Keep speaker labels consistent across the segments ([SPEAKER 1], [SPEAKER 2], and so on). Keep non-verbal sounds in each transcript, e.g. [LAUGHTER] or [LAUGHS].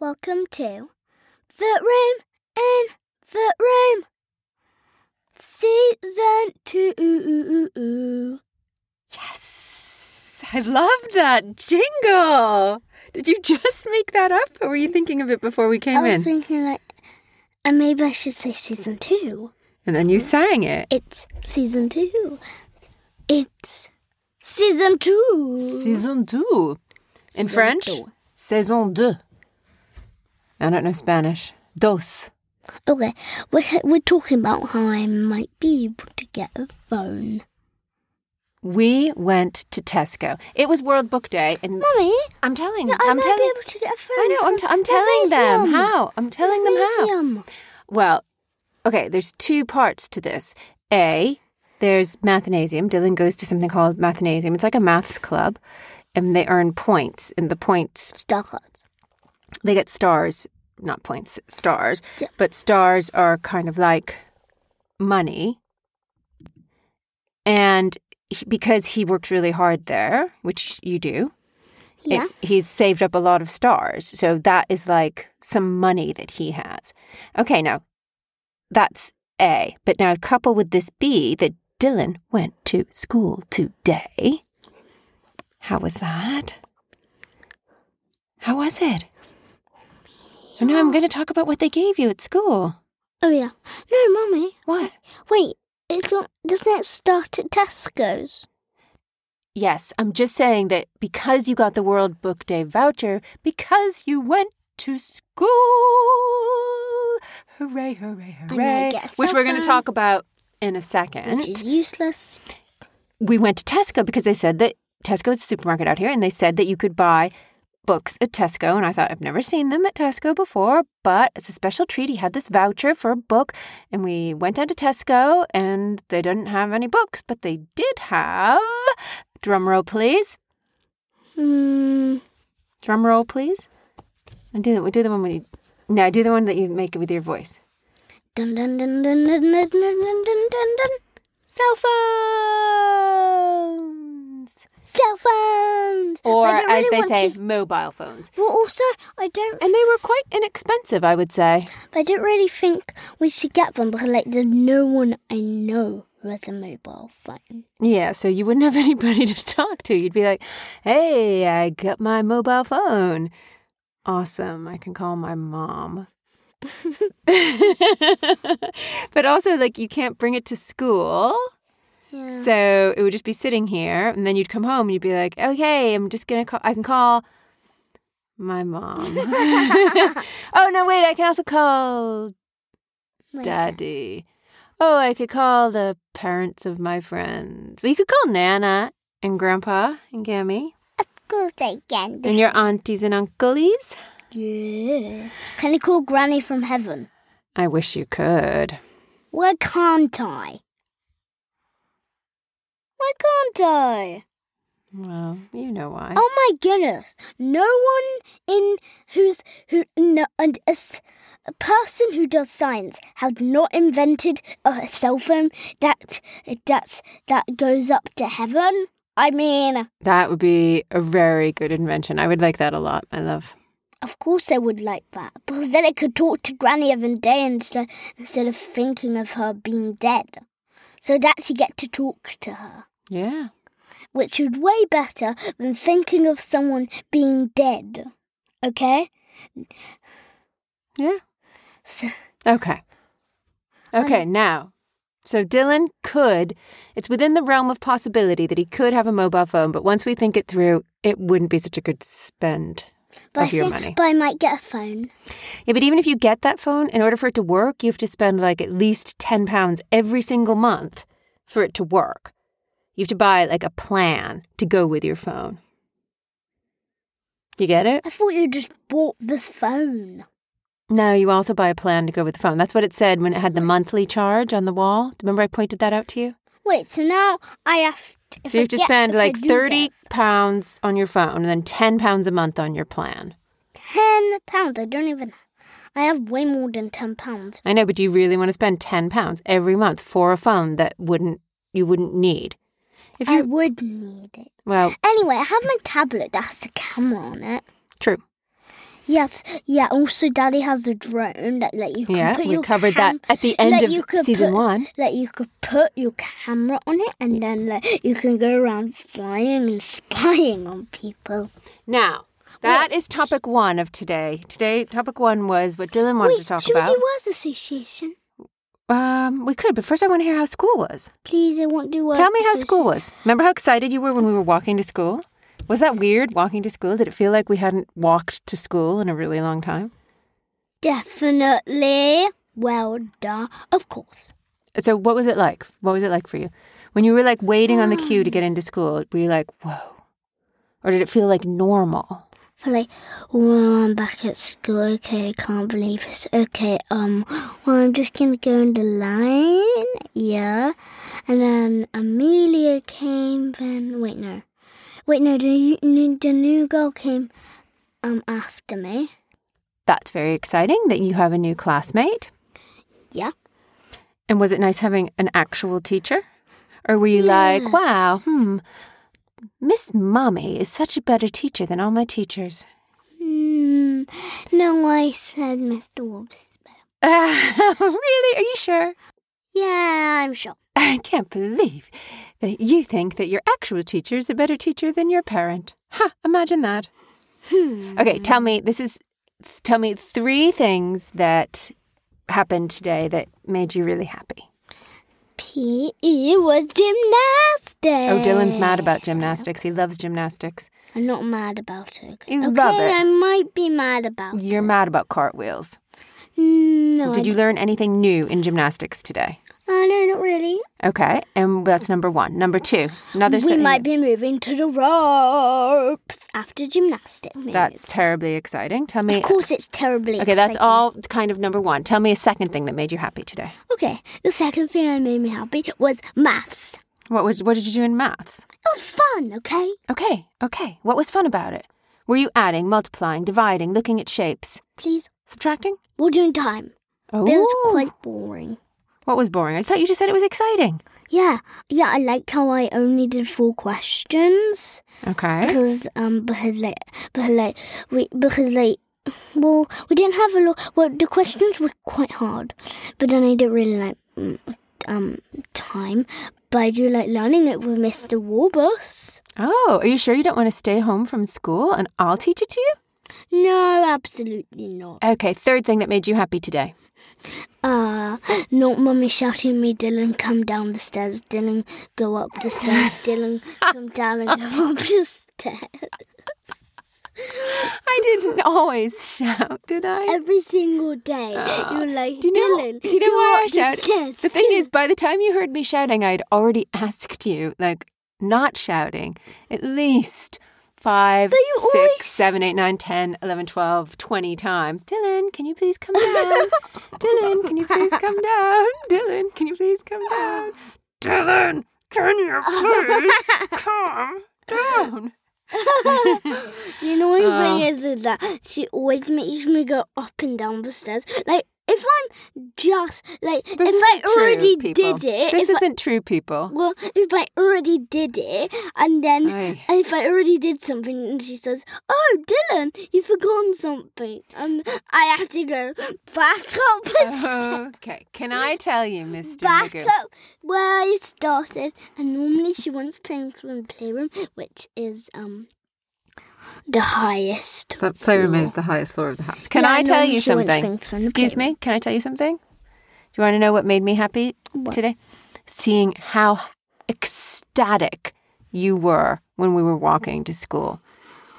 [SPEAKER 1] Welcome to The Room in the Room, Season 2.
[SPEAKER 2] Yes! I love that jingle! Did you just make that up or were you thinking of it before we
[SPEAKER 1] I
[SPEAKER 2] came
[SPEAKER 1] was
[SPEAKER 2] in?
[SPEAKER 1] thinking, like, and maybe I should say Season 2.
[SPEAKER 2] and then you sang it.
[SPEAKER 1] It's Season 2. It's Season 2.
[SPEAKER 2] Saison deux.
[SPEAKER 1] Saison
[SPEAKER 2] In French,
[SPEAKER 1] deux.
[SPEAKER 2] saison deux. I don't know Spanish. Dos.
[SPEAKER 1] Okay, we're, we're talking about how I might be able to get a phone.
[SPEAKER 2] We went to Tesco. It was World Book Day, and
[SPEAKER 1] Mummy,
[SPEAKER 2] I'm telling,
[SPEAKER 1] I
[SPEAKER 2] I'm
[SPEAKER 1] might
[SPEAKER 2] telling,
[SPEAKER 1] be able to get a phone.
[SPEAKER 2] I know, I'm, t-
[SPEAKER 1] from
[SPEAKER 2] I'm
[SPEAKER 1] the
[SPEAKER 2] telling them
[SPEAKER 1] museum.
[SPEAKER 2] how. I'm telling them how.
[SPEAKER 1] Museum.
[SPEAKER 2] Well, okay, there's two parts to this. A, there's mathnasium. Dylan goes to something called mathnasium. It's like a maths club, and they earn points, and the points
[SPEAKER 1] Stuck.
[SPEAKER 2] they get stars, not points, stars.
[SPEAKER 1] Yeah.
[SPEAKER 2] But stars are kind of like money. And he, because he works really hard there, which you do, it-
[SPEAKER 1] Yeah.
[SPEAKER 2] he's saved up a lot of stars. So that is like some money that he has. Okay, now that's A. But now couple with this B that Dylan went to school today. How was that? How was it? Oh, no, I'm going to talk about what they gave you at school.
[SPEAKER 1] Oh yeah. No, mummy.
[SPEAKER 2] What?
[SPEAKER 1] Wait. It's not, doesn't it start at Tesco's?
[SPEAKER 2] Yes, I'm just saying that because you got the World Book Day voucher, because you went to school. Hooray, hooray,
[SPEAKER 1] I know,
[SPEAKER 2] hooray.
[SPEAKER 1] get a
[SPEAKER 2] Which
[SPEAKER 1] cell
[SPEAKER 2] we're going to
[SPEAKER 1] phone.
[SPEAKER 2] talk about in a
[SPEAKER 1] Which is
[SPEAKER 2] second.
[SPEAKER 1] useless.
[SPEAKER 2] We went to Tesco because they said that Tesco is a supermarket out here and they said that you could buy books at Tesco. And I thought, I've never seen them at Tesco before, but it's a special treat. He had this voucher for a book. And we went down to Tesco and they didn't have any books, but they did have. Drum roll, please.
[SPEAKER 1] Hmm.
[SPEAKER 2] Drum roll, please. And do the do the one we no do the one that you make with your voice.
[SPEAKER 1] Dun dun dun dun dun dun dun dun dun dun dun.
[SPEAKER 2] Cell phones,
[SPEAKER 1] Cell phones.
[SPEAKER 2] or
[SPEAKER 1] I don't
[SPEAKER 2] as
[SPEAKER 1] really
[SPEAKER 2] they
[SPEAKER 1] want
[SPEAKER 2] say,
[SPEAKER 1] To.
[SPEAKER 2] mobile phones.
[SPEAKER 1] Well, also, I don't.
[SPEAKER 2] And they were quite inexpensive, I would say.
[SPEAKER 1] I don't really think we should get one because, like, there's no one I know who has a mobile phone.
[SPEAKER 2] Yeah, so you wouldn't [LAUGHS] have anybody to talk to. You'd be like, "Hey, I got my mobile phone. Awesome, I can call my mom." [LAUGHS] but also, like, you can't bring it to school.
[SPEAKER 1] Yeah.
[SPEAKER 2] So it would just be sitting here, and then you'd come home and you'd be like, "Okay, I'm just gonna call. I can call my mom. [LAUGHS] oh no, wait, I can also call
[SPEAKER 1] Like,
[SPEAKER 2] daddy. Oh, I could call the parents of my friends. Well, you could call Nana and Grandpa and Gammy
[SPEAKER 1] Of course I can.
[SPEAKER 2] and your aunties and uncles.
[SPEAKER 1] Yeah. Can I call Granny from heaven?
[SPEAKER 2] I wish you could.
[SPEAKER 1] Why can't I? Why can't I?
[SPEAKER 2] Well, you know why.
[SPEAKER 1] Oh my goodness! No one in who's who no, and a, s- a person who does science has not invented a cell phone that that's that goes up to heaven. I mean,
[SPEAKER 2] That would be a very good invention. I would like that a lot. I love.
[SPEAKER 1] of course I would like that because then I could talk to Granny every day instead instead of thinking of her being dead. So I'd actually get to talk to her.
[SPEAKER 2] Yeah.
[SPEAKER 1] which is way better than thinking of someone being dead. Okay?
[SPEAKER 2] Yeah.
[SPEAKER 1] So,
[SPEAKER 2] Okay. Okay, now. So Dylan could, it's within the realm of possibility that he could have a mobile phone, but once we think it through, it wouldn't be such a good spend
[SPEAKER 1] but, I
[SPEAKER 2] of your
[SPEAKER 1] think-
[SPEAKER 2] money.
[SPEAKER 1] but I might get a phone.
[SPEAKER 2] Yeah, but even if you get that phone, in order for it to work, you have to spend like at least £10 every single month for it to work. You have to buy like a plan to go with your phone. You get it?
[SPEAKER 1] I thought you just bought this phone.
[SPEAKER 2] No, you also buy a plan to go with the phone. That's what it said when it had the monthly charge on the wall. Remember I pointed that out to you?
[SPEAKER 1] Wait, so now I have to. if
[SPEAKER 2] So you
[SPEAKER 1] I
[SPEAKER 2] have to
[SPEAKER 1] get-
[SPEAKER 2] spend
[SPEAKER 1] if I
[SPEAKER 2] like
[SPEAKER 1] do
[SPEAKER 2] thirty
[SPEAKER 1] get
[SPEAKER 2] pounds on your phone and then ten pounds a month on your plan.
[SPEAKER 1] Ten pounds. I don't even. I have way more than ten pounds.
[SPEAKER 2] I know, but do you really want to spend ten pounds every month for a phone that wouldn't you wouldn't need? If
[SPEAKER 1] I
[SPEAKER 2] you
[SPEAKER 1] would need it.
[SPEAKER 2] well,
[SPEAKER 1] Anyway, I have my tablet that has a camera on it.
[SPEAKER 2] true.
[SPEAKER 1] Yes, yeah. Also, Daddy has a drone that, that you can
[SPEAKER 2] Yeah,
[SPEAKER 1] put
[SPEAKER 2] we
[SPEAKER 1] your
[SPEAKER 2] covered
[SPEAKER 1] cam-
[SPEAKER 2] that at the end
[SPEAKER 1] that
[SPEAKER 2] of
[SPEAKER 1] you could
[SPEAKER 2] season
[SPEAKER 1] put-
[SPEAKER 2] one.
[SPEAKER 1] That you could put your camera on it, and then like you can go around flying and [LAUGHS] spying on people.
[SPEAKER 2] Now, that is topic one of today. Today, topic one was what Dylan wanted to
[SPEAKER 1] Wait,
[SPEAKER 2] talk
[SPEAKER 1] should we
[SPEAKER 2] about.
[SPEAKER 1] do words association?
[SPEAKER 2] um, we could, but first I want to hear how school was.
[SPEAKER 1] Please, I won't do words.
[SPEAKER 2] Tell me how
[SPEAKER 1] associ-
[SPEAKER 2] school was. Remember how excited you were when we were walking to school? Was that weird walking to school? Did it feel like we hadn't walked to school in a really long time?
[SPEAKER 1] Definitely. Well done. Of course.
[SPEAKER 2] So, what was it like? What was it like for you? When you were like waiting on the queue to get into school, were you like, whoa? Or did it feel like normal?
[SPEAKER 1] For like, oh, I'm back at school. Okay, I can't believe this. Okay, um, well, I'm just gonna go in the line. Yeah, and then Amelia came. Then wait, no, wait, no. The, new- new- the new girl came, um, after me.
[SPEAKER 2] That's very exciting that you have a new classmate.
[SPEAKER 1] Yeah.
[SPEAKER 2] And was it nice having an actual teacher? Or were you like, wow, hmm, Miss Mommy is such a better teacher than all my teachers? [LAUGHS]
[SPEAKER 1] Hmm. No, I said Mr. Wobbs.
[SPEAKER 2] Ah, really? Are you sure?
[SPEAKER 1] Yeah, I'm sure.
[SPEAKER 2] [LAUGHS] I can't believe that you think that your actual teacher is a better teacher than your parent. Ha, imagine that. Okay, tell me, this is, tell me three things that happened today that made you really happy.
[SPEAKER 1] PE E was gymnastics.
[SPEAKER 2] Oh, Dylan's mad about gymnastics. He loves gymnastics.
[SPEAKER 1] I'm not mad about it. Okay,
[SPEAKER 2] You love it.
[SPEAKER 1] I might be mad about
[SPEAKER 2] You're
[SPEAKER 1] it.
[SPEAKER 2] mad about cartwheels.
[SPEAKER 1] Mm, No,
[SPEAKER 2] Did
[SPEAKER 1] I,
[SPEAKER 2] you learn anything new in gymnastics today?
[SPEAKER 1] uh, no, not really.
[SPEAKER 2] Okay, and that's number one. Number two, another.
[SPEAKER 1] we
[SPEAKER 2] se-
[SPEAKER 1] might be moving to the ropes after gymnastics.
[SPEAKER 2] That's terribly exciting. Tell me.
[SPEAKER 1] Of course, it's terribly.
[SPEAKER 2] Okay, that's
[SPEAKER 1] exciting.
[SPEAKER 2] all kind of number one. Tell me a second thing that made you happy today.
[SPEAKER 1] Okay, the second thing that made me happy was maths.
[SPEAKER 2] What was? What did you do in maths?
[SPEAKER 1] It was fun. Okay,
[SPEAKER 2] Okay, okay. What was fun about it? Were you adding, multiplying, dividing, looking at shapes,
[SPEAKER 1] please,
[SPEAKER 2] subtracting?
[SPEAKER 1] we're doing time.
[SPEAKER 2] Oh,
[SPEAKER 1] But it was quite boring.
[SPEAKER 2] what was boring? I thought you just said it was exciting.
[SPEAKER 1] Yeah, yeah, I liked how I only did four questions.
[SPEAKER 2] Okay.
[SPEAKER 1] because um because like because like we because like well we didn't have a lot well the questions were quite hard but then i didn't really like mm, um time but i do like learning it with mr warbus
[SPEAKER 2] Oh, are you sure you don't want to stay home from school and I'll teach it to you?
[SPEAKER 1] no absolutely not
[SPEAKER 2] Okay, third thing that made you happy today.
[SPEAKER 1] uh not mummy shouting at me dylan come down the stairs dylan go up the
[SPEAKER 2] [LAUGHS]
[SPEAKER 1] stairs dylan come down and go up the stairs
[SPEAKER 2] I didn't always shout, did I?
[SPEAKER 1] every single day you're like
[SPEAKER 2] Uh, Do you know,
[SPEAKER 1] dylan
[SPEAKER 2] do you know
[SPEAKER 1] go
[SPEAKER 2] why I
[SPEAKER 1] up the
[SPEAKER 2] shouted?
[SPEAKER 1] stairs,
[SPEAKER 2] The thing
[SPEAKER 1] Dylan."
[SPEAKER 2] is, by the time you heard me shouting, I'd already [LAUGHS] asked you, like, not shouting at least five,
[SPEAKER 1] you
[SPEAKER 2] six,
[SPEAKER 1] always-
[SPEAKER 2] seven, eight, nine, 10, 11, 12, 20 times. Dylan, can you please
[SPEAKER 1] [LAUGHS]
[SPEAKER 2] come down? Dylan, can you please come down? Dylan, can you please come down? Dylan,
[SPEAKER 1] [LAUGHS]
[SPEAKER 2] can you please come down?
[SPEAKER 1] The annoying
[SPEAKER 2] Uh.
[SPEAKER 1] thing is, is that she always makes me go up and down the stairs. Like if I'm just like
[SPEAKER 2] This
[SPEAKER 1] if I
[SPEAKER 2] isn't true,
[SPEAKER 1] already
[SPEAKER 2] people.
[SPEAKER 1] did it,
[SPEAKER 2] This
[SPEAKER 1] if I,
[SPEAKER 2] isn't true, people.
[SPEAKER 1] well, if I already did it, and then
[SPEAKER 2] Aye.
[SPEAKER 1] if I already did something, and she says, "Oh, Dylan, you've forgotten something," um, I have to go back up, the stairs,
[SPEAKER 2] [LAUGHS] Okay, can I tell Uh-huh. you, Mr.
[SPEAKER 1] back
[SPEAKER 2] Nigger?
[SPEAKER 1] up where I started. And normally she wants playing from the playroom, which is um the highest.
[SPEAKER 2] The playroom is the highest floor of the house. Can
[SPEAKER 1] Yeah,
[SPEAKER 2] I
[SPEAKER 1] I
[SPEAKER 2] tell
[SPEAKER 1] know
[SPEAKER 2] you
[SPEAKER 1] she wants
[SPEAKER 2] something?
[SPEAKER 1] things from the
[SPEAKER 2] Excuse me. Can I tell you something? Do you want to know what made me happy today? Seeing how ecstatic you were when we were walking to school.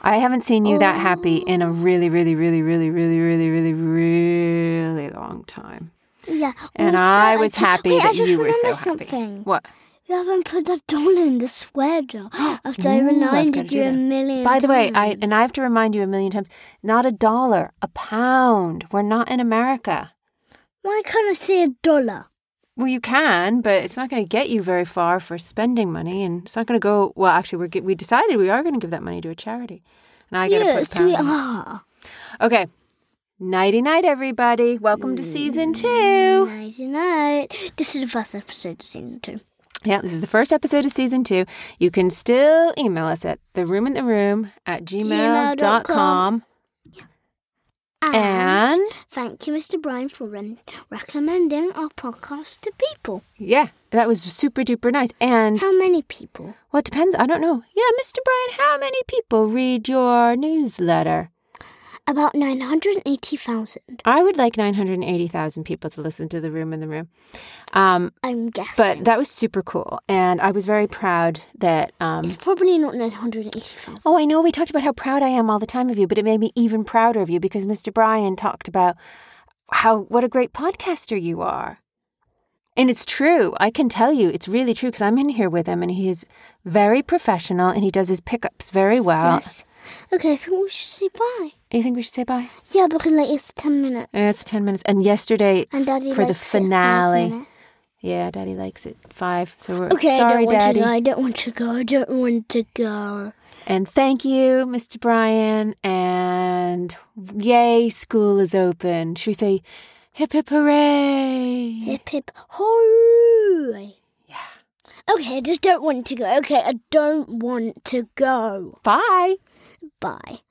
[SPEAKER 2] I haven't seen you that happy
[SPEAKER 1] Oh.
[SPEAKER 2] in a really, really, really, really, really, really, really, really long time.
[SPEAKER 1] Yeah.
[SPEAKER 2] And
[SPEAKER 1] also,
[SPEAKER 2] I was
[SPEAKER 1] ju-
[SPEAKER 2] happy
[SPEAKER 1] wait, I
[SPEAKER 2] that
[SPEAKER 1] just
[SPEAKER 2] you were so
[SPEAKER 1] remembered
[SPEAKER 2] happy.
[SPEAKER 1] Something.
[SPEAKER 2] What?
[SPEAKER 1] You haven't put that doll in the sweater after I
[SPEAKER 2] [GASPS] Ooh, I've gotta
[SPEAKER 1] reminded
[SPEAKER 2] do
[SPEAKER 1] you a
[SPEAKER 2] that.
[SPEAKER 1] million
[SPEAKER 2] By the way, I
[SPEAKER 1] times.
[SPEAKER 2] and I have to remind you a million times, not a dollar, a pound. We're not in America.
[SPEAKER 1] Why can't I say a dollar?
[SPEAKER 2] Well, you can, but it's not going to get you very far for spending money, and it's not going to go. Well, actually, we're gi- we decided we are going to give that money to a charity, and I got to
[SPEAKER 1] yeah, uh-huh.
[SPEAKER 2] put a pound.
[SPEAKER 1] sweet.
[SPEAKER 2] in it. Okay, nighty night, everybody. Welcome to season two.
[SPEAKER 1] Night night. This is the first episode of season two.
[SPEAKER 2] Yeah, this is the first episode of season two. You can still email us at the room in the room at gmail.com.
[SPEAKER 1] Gmail.com.
[SPEAKER 2] And
[SPEAKER 1] thank you, Mr. Brian, for ren- recommending our podcast to people.
[SPEAKER 2] yeah, that was super duper nice. And
[SPEAKER 1] How many people?
[SPEAKER 2] well, it depends. I don't know. Yeah, Mr. Brian, how many people read your newsletter?
[SPEAKER 1] About 980,000,
[SPEAKER 2] I would like 980,000 people to listen to The Room in the Room. Um,
[SPEAKER 1] I'm guessing.
[SPEAKER 2] but that was super cool. And I was very proud that. Um,
[SPEAKER 1] it's probably not 980,000.
[SPEAKER 2] Oh, I know we talked about how proud I am all the time of you, but it made me even prouder of you because Mr. Brian talked about how what a great podcaster you are. And it's true. I can tell you it's really true because I'm in here with him and he is very professional and he does his pickups very well.
[SPEAKER 1] Yes.
[SPEAKER 2] Oh.
[SPEAKER 1] Okay, I think we should say bye.
[SPEAKER 2] You think we should say bye?
[SPEAKER 1] Yeah, because like it's 10 minutes.
[SPEAKER 2] Yeah, it's 10 minutes. And yesterday
[SPEAKER 1] and Daddy
[SPEAKER 2] for the
[SPEAKER 1] likes it at five
[SPEAKER 2] finale.
[SPEAKER 1] minutes.
[SPEAKER 2] yeah, daddy likes it. Five. So we're
[SPEAKER 1] Okay, I don't
[SPEAKER 2] sorry,
[SPEAKER 1] want
[SPEAKER 2] daddy.
[SPEAKER 1] to go. I don't want to go. I don't want to go.
[SPEAKER 2] And thank you, Mr. Brian. And yay, school is open. Should we say hip hip hooray?
[SPEAKER 1] Hip hip hooray! Yeah. Okay, I just don't want to go. Okay, I don't want to go.
[SPEAKER 2] Bye.
[SPEAKER 1] Bye.